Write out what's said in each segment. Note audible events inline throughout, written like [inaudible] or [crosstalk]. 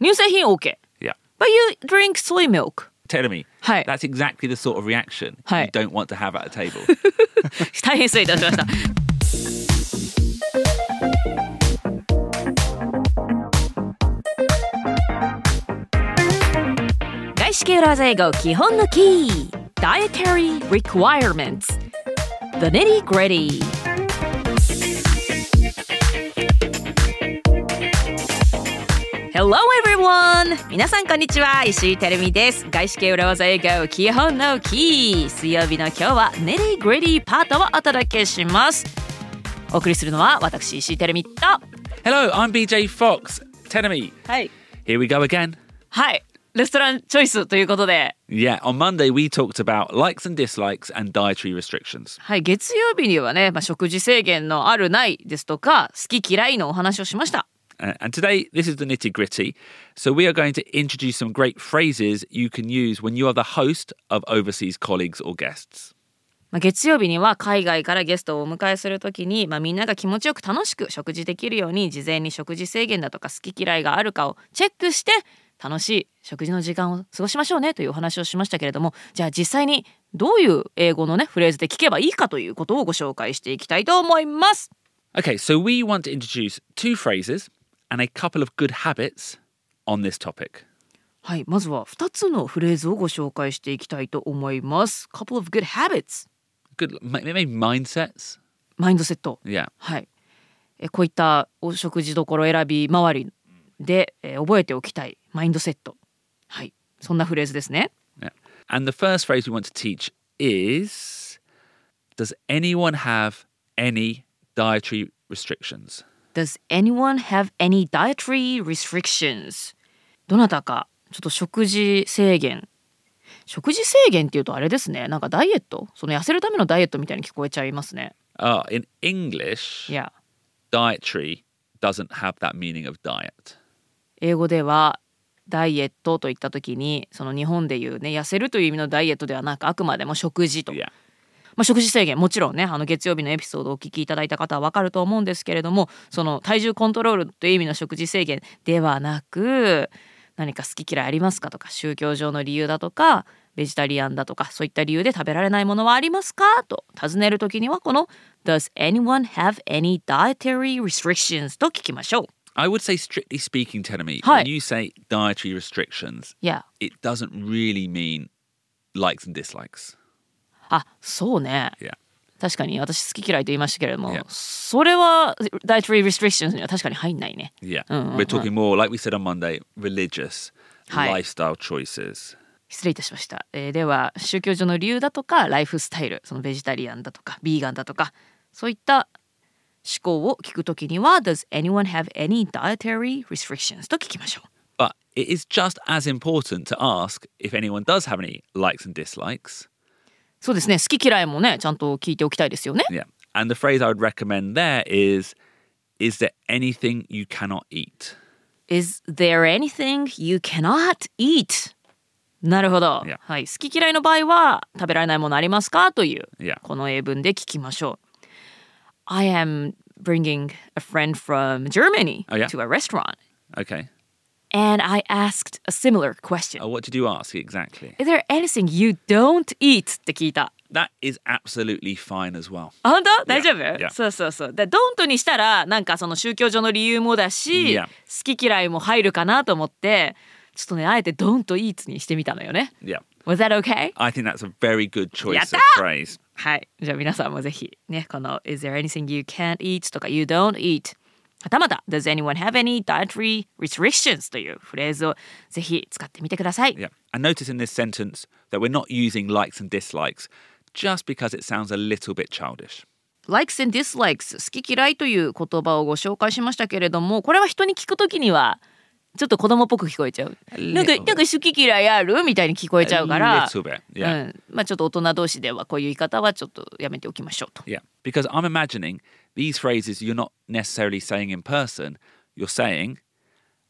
乳製品 OK Yeah. but you drink soy milk Tell me. Hi. That's exactly the sort of reaction Hi. you don't want to have at a table. 大変失礼いたしました外資系裏技英語基本のキー Dietary Requirements The Nitty Gritty ヘ e l l o everyone! 皆さんこんにちは、石井てるみです。外資系裏技英語基本のキー。水曜日の今日はネリーグリディパートをお届けします。お送りするのは私、石井てるみと。 Hello, I'm BJ Fox. Tell me. はい。 Here we go again. はい。レストランチョイスということで、 Yeah, on Monday we talked about likes and dislikes and dietary restrictions. はい、月曜日にはね、まあ、食事制限のあるないですとか、好き嫌いのお話をしました。 Uh, and today, this is the nitty gritty. So, we are going to introduce some great phrases you can use when you are the host of overseas colleagues or guests. まあ、月曜日には海外からゲストをお迎えするときに、まあ、みんなが気持ちよく楽しく食事できるように事前に食事制限だとか好き嫌いがあるかをチェックして楽しい食事の時間を過ごしましょうねというお話をしましたけれどもじゃあ実際にどういう英語のねフレーズで聞けばいいかということをご紹介していきたいと思います。 Okay, so we want to introduce two phrases and a couple of good habits on this topic. はい、まずは2つのフレーズをご紹介していきたいと思います。Couple of good habits Good, ma- maybe mindsets. マインドセット Yeah. はい、えこういったお食事どころ選び周りで、えー覚えておきたいマインドセットはいそんなフレーズですね yeah. And the first phrase we want to teach is Does anyone have any dietary restrictions? Does anyone have any dietary restrictions? どなたかちょっと食事制限食事制限っていうとあれですねなんかダイエットその痩せるためのダイエットみたいに聞こえちゃいますね Ah, in English, いや dietary doesn't have that meaning of diet. 英語ではダイエットといった時にその日本でいうね痩せるという意味のダイエットではなくあくまでも食事と Yeah. まあ、食事制限もちろんねあの月曜日のエピソードをお聞きいただいた方は分かると思うんですけれどもその体重コントロールという意味の食事制限ではなく何か好き嫌いありますかとか宗教上の理由だとかベジタリアンだとかそういった理由で食べられないものはありますかと尋ねるときにはこの「Does anyone have any dietary restrictions?」と聞きましょう。 I would say, strictly speaking, Tenemy, Hi. when you say dietary restrictions, いや it doesn't really mean likes and dislikes. あそうね Yeah. 確かに私好き嫌いと言いましたけれども、 Yeah. それは dietary restrictions には確かに入んないね。 Yeah. Mm, We're talking more, like we said on Monday, religious Hi. lifestyle choices. 失礼いたしました、えーでは宗教上の理由だとかライフスタイルそのベジタリアンだとかビーガンだとかそういった思考を聞くときには Does anyone have any dietary restrictions? と聞きましょう But it is just as important to ask if anyone does have any likes and dislikes. そうですね好き嫌いもねちゃんと聞いておきたいですよね Yeah. And the phrase I would recommend there is Is there anything you cannot eat? Is there anything you cannot eat? なるほど、 Yeah. はい、好き嫌いの場合は食べられないものありますかという、 Yeah. この英文で聞きましょう I am bringing a friend from Germany、 Oh, yeah? to a restaurant Okay. And I asked a similar question. Oh, what did you ask exactly? Is there anything you don't eat? って聞いた。 That is absolutely fine as well. あ本当大丈夫 yeah. そうそうそう。で、ドントにしたら、なんかその宗教上の理由もだし、 Yeah. 好き嫌いも入るかなと思って、ちょっとね、あえてドンとイーツにしてみたのよね。 Yeah. Was that okay? I think that's a very good choice of Yatta! phrase. はい。じゃあ皆さんもぜひ、ね、この Is there anything you can't eat? とか You don't eat? はたまた Does anyone have any dietary restrictions? というフレーズをぜひ使ってみてください。 Yeah. And notice in this sentence that we're not using likes and dislikes just because it sounds a little bit childish. likes and dislikes 好き嫌いという言葉をご紹介しましたけれどもこれは人に聞くときにはちょっと子供っぽく聞こえちゃうなんか little なん bit か好き嫌いあるみたいに聞こえちゃうから A little bit, う yeah. んまあ、ちょっと大人同士ではこういう言い方はちょっとやめておきましょうと Yeah. Because I'm imagining these phrases you're not necessarily saying in person, you're saying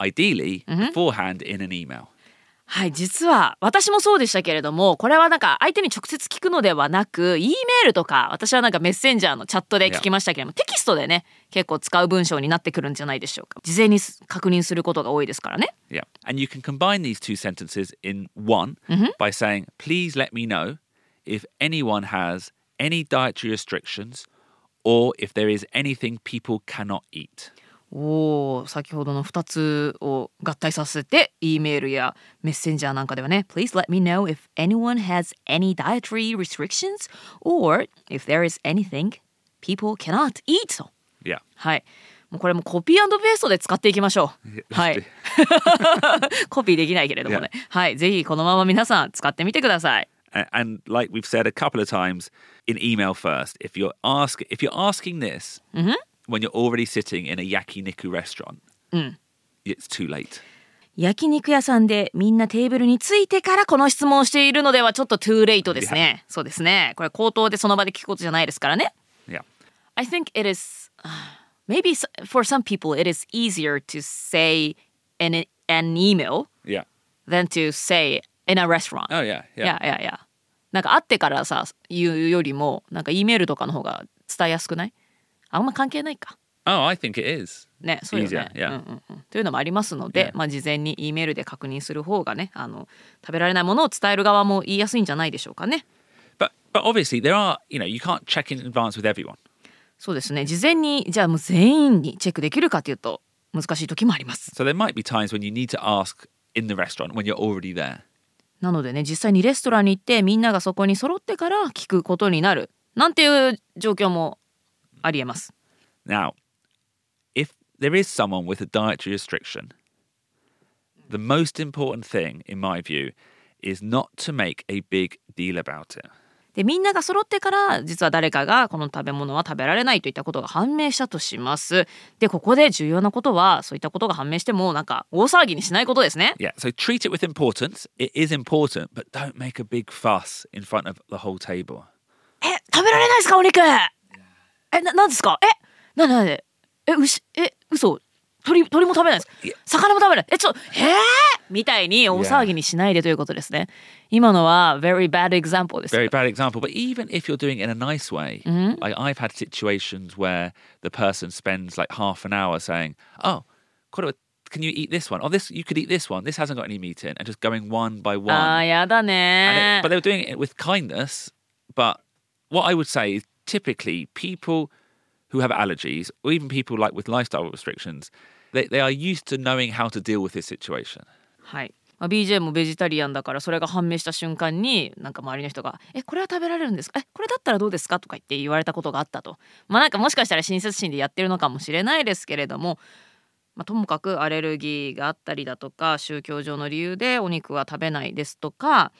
ideally beforehand in an email. はい実は私もそうでしたけれどもこれはなんか相手に直接聞くのではなく E メールとか私はなんかメッセンジャーのチャットで聞きましたけれどもテキストでね結構使う文章になってくるんじゃないでしょうか事前にす確認することが多いですからね Yeah. And you can combine these two sentences in one by saying, please let me know if anyone has any dietary restrictions or if there is anything people cannot eat. おお先ほどの2つを合体させて E メールやメッセンジャーなんかではね Please let me know if anyone has any dietary restrictions or if there is anything people cannot eat と Yeah. はいもうこれもコピーペーストで使っていきましょうはい [laughs] コピーできないけれどもねはいぜひこのまま皆さん使ってみてください A- And like we've said a couple of times, in email first. If you're ask if you're asking this when you're already sitting in a yakiniku restaurant, it's too late. 焼肉屋さんでみんなテーブルについてからこの質問をしているのではちょっとトゥーレイトですね。そうですね。これ口頭でその場で聞くことじゃないですからね。 Yeah. I think it is [sighs] maybe s- for some people it is easier to say in an email Yeah. than to say in a restaurant. Oh yeah. Yeah. いやいやいや。なんか会ってからさ言うよりもなんか E メールとかの方が伝えやすくないあんま関係ないか。 Oh, I think it is. ね、そうよね。 easier, yeah. うんうんうんというのもありますので、 Yeah. まあ事前に E メールで確認する方がね、あの食べられないものを伝える側も言いやすいんじゃないでしょうかね。 But but obviously there are, you know, you can't check in advance with everyone. そうですね。事前にじゃあもう全員にチェックできるかというと難しい時もあります。 So there might be times when you need to ask in the restaurant when you're already there. なのでね、実際にレストランに行ってみんながそこに揃ってから聞くことになるなんていう状況もありえます。 Now, if there is someone with a dietary restriction, the most important thing, in my view, is not to make a big deal about it. でみんなが揃ってから実は誰かがこの食べ物は食べられないといったことが判明したとしますでここで重要なことはそういったことが判明してもなんか大騒ぎにしないことですね Yeah, so treat it with importance. It is important, but don't make a big fuss in front of the whole table. え食べられないですかお肉えななんですかえななでえ牛え嘘鳥鳥も食べないです魚も食べないえちょえー、みたいに大騒ぎにしないでということですね今のは very bad example です Very bad example, but even if you're doing it in a nice way, like I've had situations where the person spends like half an hour saying, "Oh, Koro, can you eat this one? Oh, this you could eat this one. This hasn't got any meat in," and just going one by one. あーやだ And ね it- but they were doing it with kindness. But what I would say is typically people who have allergies, or even people like with lifestyle restrictions, they, they are used to knowing how to deal with this situation. はい、まあ、BJ もベジタリアンだからそれが判明した瞬間になんか周りの人が「えこれは食べられるんですかえこれだったらどうですか?」とか言って言われたことがあったとまあなんかもしかしたら親切心でやってるのかもしれないですけれども、まあ、ともかくアレルギーがあったりだとか宗教上の理由でお肉は食べないですとか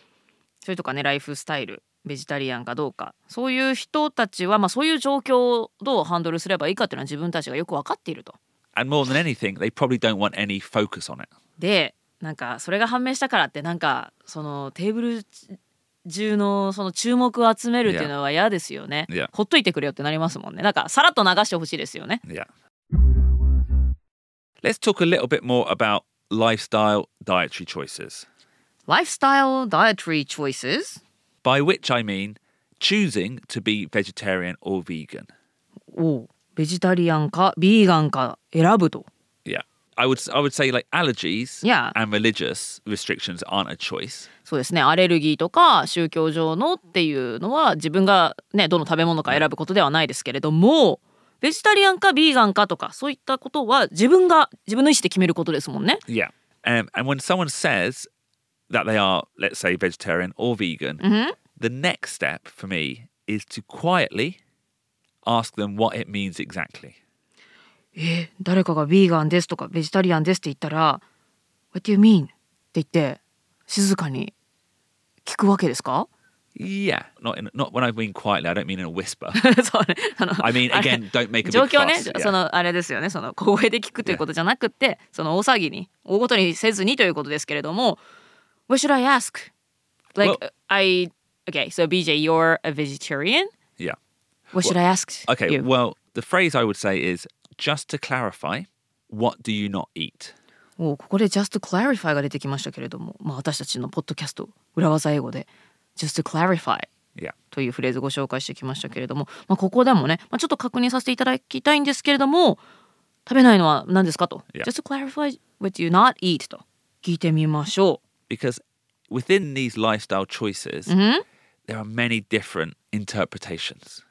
それとかねライフスタイルベジタリアンかどうかそういう人たちは、まあ、そういう状況をどうハンドルすればいいかっていうのは自分たちがよく分かっていると。 And more than anything, they probably don't want any focus on it. でなんかそれが判明したからってなんかそのテーブル中のその注目を集めるっていうのは嫌ですよね。いやほっといてくれよってなりますもんね。なんかさらっと流してほしいですよね。 Yeah. Let's talk a little bit more about lifestyle dietary choices, Lifestyle dietary choices? by which I mean choosing to be vegetarian or vegan. おうベジタリアンかビーガンか選ぶと。 Yeah. I would I would say like allergies Yeah. and religious restrictions aren't a choice. そうですねアレルギーとか宗教上のっていうのは自分がねどの食べ物か選ぶことではないですけれどもベジタリアンかビーガンかとかそういったことは自分が自分の意思で決めることですもんね。 Yeah. Um, and when someone says that they are let's say vegetarian or vegan, the next step for me is to quietly ask them what it means exactly. え誰かがビーガンですとかベジタリアンですって言ったら「What do you mean?」って言って静かに聞くわけですか Yeah, not in, not when I mean quietly, I don't mean in a [laughs] whisper. [laughs] そうねあの I mean, あれ again, don't make a big 状況ね fuss. Yeah. そのあれですよねその小声で聞くということじゃなくってその大騒ぎに大ごとにせずにということですけれども「What should I ask?」Like Well- I Okay so BJ you're a vegetarian yeah. What should I ask Okay, you? well, the phrase I would say is just to clarify, what do you not eat? おここで just to clarify が出てきましたけれども、まあ、私たちのポッドキャスト裏技英語で just to clarify Yeah. というフレーズご紹介してきましたけれども、まあ、ここでもね、まあ、ちょっと確認させていただきたいんですけれども食べないのは何ですかと、 Yeah. just to clarify what you not eat と聞いてみましょ Because within these lifestyle choices, う、うん、 there are many different interpretations.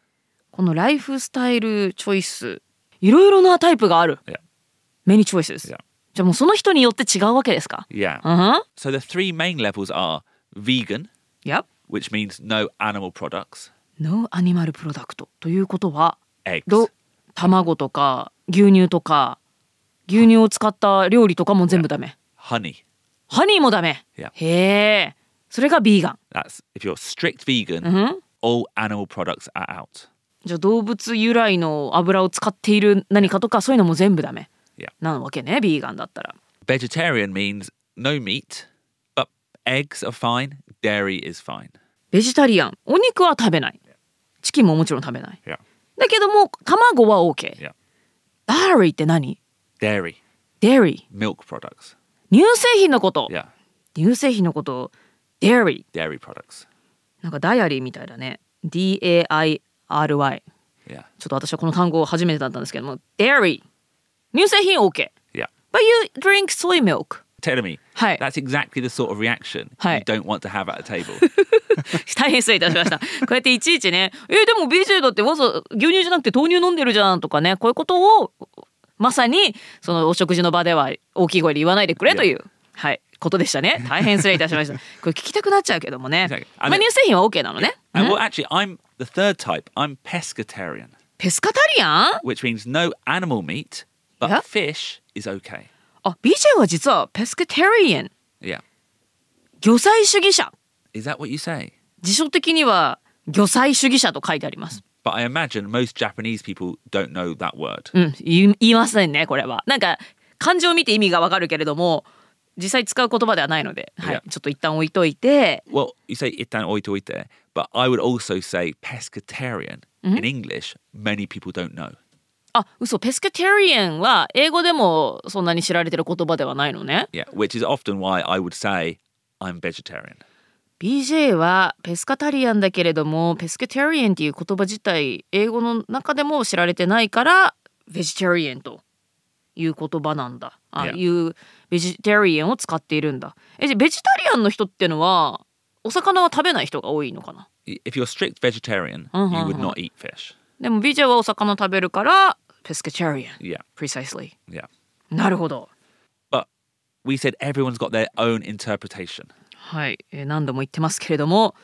このライフスタイルチョイスいろいろなタイプがある Yeah. many choices、 Yeah. じゃあもうその人によって違うわけですか Yeah. うん、 So the three main levels are vegan, Yep which means no animal products, No animal product ということは eggs, ど卵とか牛乳とか牛乳を使った料理とかも全部ダメ honey. ハニーもダメ Yeah. へえそれがビーガ That's if you're strict vegan, ン、うん、 all animal products are out. じゃあ動物由来の油を使っている何かとかそういうのも全部ダメ Yeah. なわけねビーガンだったら Vegetarian means no meat, but eggs are fine, dairy is fine. ベジタリアンお肉は食べないチキンももちろん食べない Yeah. だけども卵は OK Yeah. ダーリーって何 Dairy, デリ milk products. ー乳製品のこと Yeah, 乳製品のことをデリー dairy products. なんかダイアリーみたいだね DAIRY ちょ Yeah, っと私はこの単語を初めてだったんですけどもデリー乳製品 OK yeah. But you drink soy milk Tell me, はい that's exactly the sort of reaction Hi. Mm-hmm. you don't want to have at [laughs] a table. 大変失礼いたしま [laughs] した。こうやっていちいちね、えでも BJ だってわざわざ牛乳じゃなくて豆乳飲んでるじゃんとかね、こういうことをまさにそのお食事の場では大きい声で言わないでくれという。はい。ことでしたね。大変失礼いたしま [laughs] した。これ聞きたくなっちゃうけどもね Exactly.。まあ I mean- 乳製品は OK なのね。 and well, actually, I'm the third type. I'm pescatarian, ペスカタリアン？ which means no animal meat, but Yeah. fish is okay. あ、BJ は実はペスカタリアン、 Yeah. 魚菜主義者。 Is that what you say? 辞書的には魚菜主義者と書いてあります。 But I imagine most Japanese people don't know that word. うん、言い言いませんねこれはなんか漢字を見て意味がわかるけれども実際使う言葉ではないので、はいいやちょっと一旦置いといて Well, you say itan oito ite, but I would also say pescatarian in English. Many people don't know. あ嘘ペスカテリアンは英語でもそんなに知られてる言葉ではないのね Yeah, which is often why I would say I'm vegetarian. BJ はペスカタリアンだけれどもペスカテリアンっていう言葉自体英語の中でも知られてないからベジタリアンという言葉なんだあ、 Yeah. いうベジタリアンを使っているんだえじゃあベジタリアンの人ってのはお魚は食べない人が多いのかな If you're strict vegetarian, you would not eat fish. でも BJ はお魚食べるからペスカチャリアン Yeah, precisely yeah. なるほど But we said everyone's got their own interpretation. はい、えー何度も言ってますけれども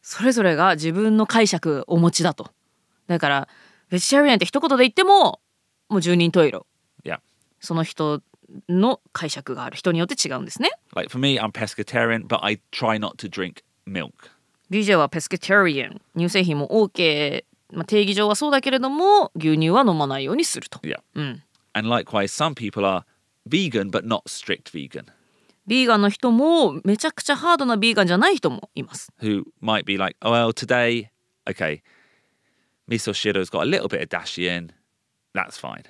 それぞれが自分の解釈をお持ちだとだからベジタリアンって一言で言ってももう十人十色 Yeah. その人の解釈がある人によって違うんですね Like for me, I'm pescatarian, but I try not to drink milk. BJ はペスカチャリアン乳製品も OK、まあ、定義上はそうだけれども牛乳は飲まないようにすると Yeah. うん、 And likewise, some people are vegan, but not strict vegan, ビーガンの人もめちゃくちゃハードなビーガンじゃない人もいます。 who might be like, oh, well, today, okay, miso shiro's got a little bit of dashi in. That's fine.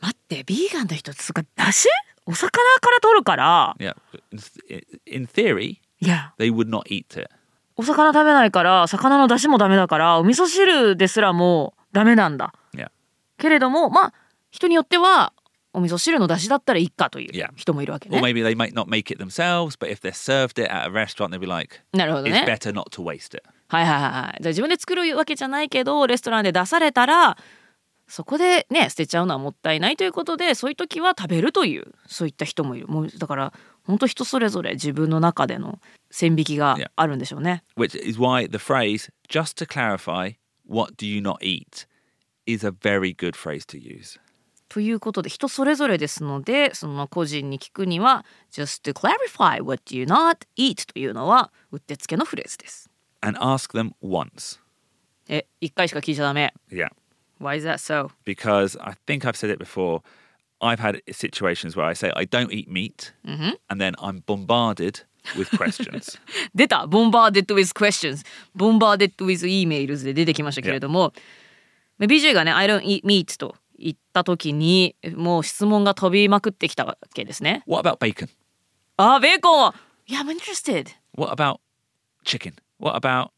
待ってビーガンの人ってそっかだしお魚から取るから Yeah. In- In theory, いや they would not eat it. お魚食べないから魚のだしもダメだからお味噌汁ですらもうダメなんだ Yeah. けれどもまあ人によってはお味噌汁のだしだったらいいかとい Yeah. う人もいるわけ Or ね maybe they might not make it themselves, but if they're served it at a restaurant, they'd be like, なるほど it's ね better not to waste it. はいはいはいはいじゃあ自分で作るわけじゃないけどレストランで出されたらそこでね捨てちゃうのはもったいないということでそういう時は食べるというそういった人もいるもうだから本当人それぞれ自分の中での線引きが Yeah. あるんでしょうね Which is why the phrase, just to clarify, what do you not eat, is a very good phrase to use. ということで人それぞれですのでその個人に聞くには「just to clarify what you not eat」というのはうってつけのフレーズです。 And ask them once. え一回しか聞いちゃダメ。 Yeah. Why is that so? Because I think I've said it before. I've had situations where I say, I don't eat meat, and then I'm bombarded with questions. 出た「bombarded with questions」「bombarded with emails」で出てきましたけれども、BJ がね「I don't eat meat」と行った時にもう質問が飛びまくってきたわけですね。 What about bacon? あーベーコンは Yeah, I'm interested. What about chicken? What about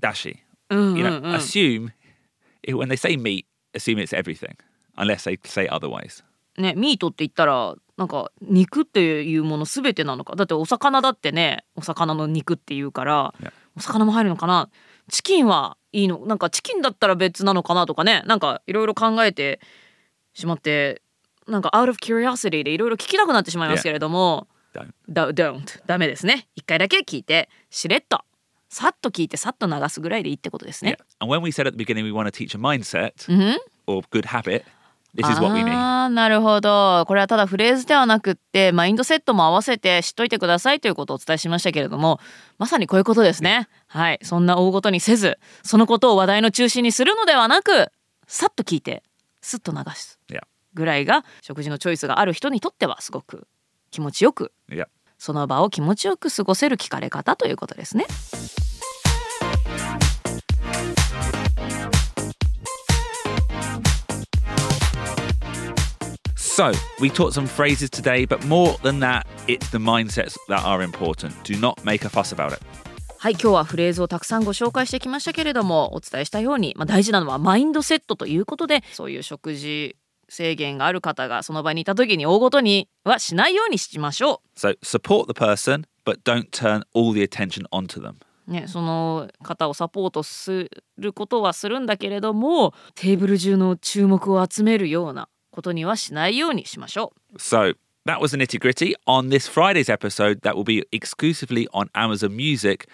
dashi? うんうん You う know, ん assume it, when they say meat, assume it's everything, unless they say otherwise. ねミートって言ったらなんか肉っていうもの全てなのかだってお魚だってねお魚の肉っていうからねお魚も入るのかなチキンはいいのなんかチキンだったら別なのかなとかねなんかいろいろ考えてしまってなんか out of curiosity でいろいろ聞きたくなってしまいますけれども Don't. don't, don't ダメですね一回だけ聞いてしれっとさっと聞いてさっと流すぐらいでいいってことですね。 And when we said at the beginning we want to teach a mindset Mm. or good habit, this is what we mean. ああなるほどこれはただフレーズではなくってマインドセットも合わせて知っといてくださいということをお伝えしましたけれどもまさにこういうことですねはいそんな大ごとにせずそのことを話題の中心にするのではなくさっと聞いてすっと流す Yeah, ぐらいが食事のチョイスがある人にとってはすごく気持ちよく yeah. その場を気持ちよく過ごせる聞かれ方ということですね So, we taught some phrases today, but more than that, it's the mindsets that are important. Do not make a fuss about it. はい今日はフレーズをたくさんご紹介してきましたけれどもお伝えしたように、まあ、大事なのはマインドセットということでそういう食事制限がある方がその場にいた時に大ごとにはしないようにしましょ So, support the person, but don't turn all the attention onto them. う。ね、その方をサポートすることはするんだけれどもテーブル中の注目を集めるようなことにはしないようにしましょう。 So, that was the nitty gritty. On this Friday's episode, that will be exclusively on Amazon Music,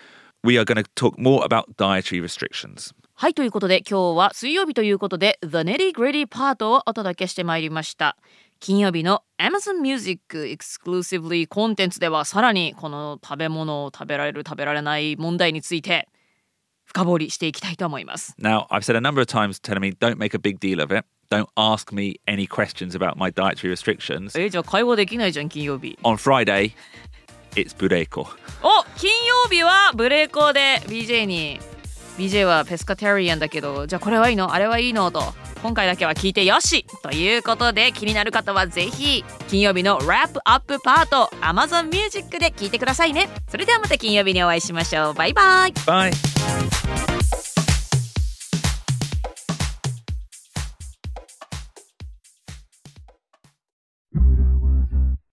we are going to talk more about dietary restrictions. はいということで今日は水曜日ということで The Nitty Gritty Part をお届けしてまいりました金曜日の Amazon Music Exclusively コンテンツではさらにこの食べ物を食べられる食べられない問題について深掘りしていきたいと思います Now, I've said a number of times telling me, don't make a big deal of it. Don't ask me any questions about my dietary restrictions. えじゃあ会話できないじゃん金曜日 On Friday, it's Bureko. お金曜日はブレイコーで BJ に BJ はペスカテリアンだけどじゃあこれはいいのあれはいいのと今回だけは聞いてよしということで気になる方はぜひ金曜日のラップアップパート Amazon Music で聞いてくださいねそれではまた金曜日にお会いしましょうバイバイ Bye.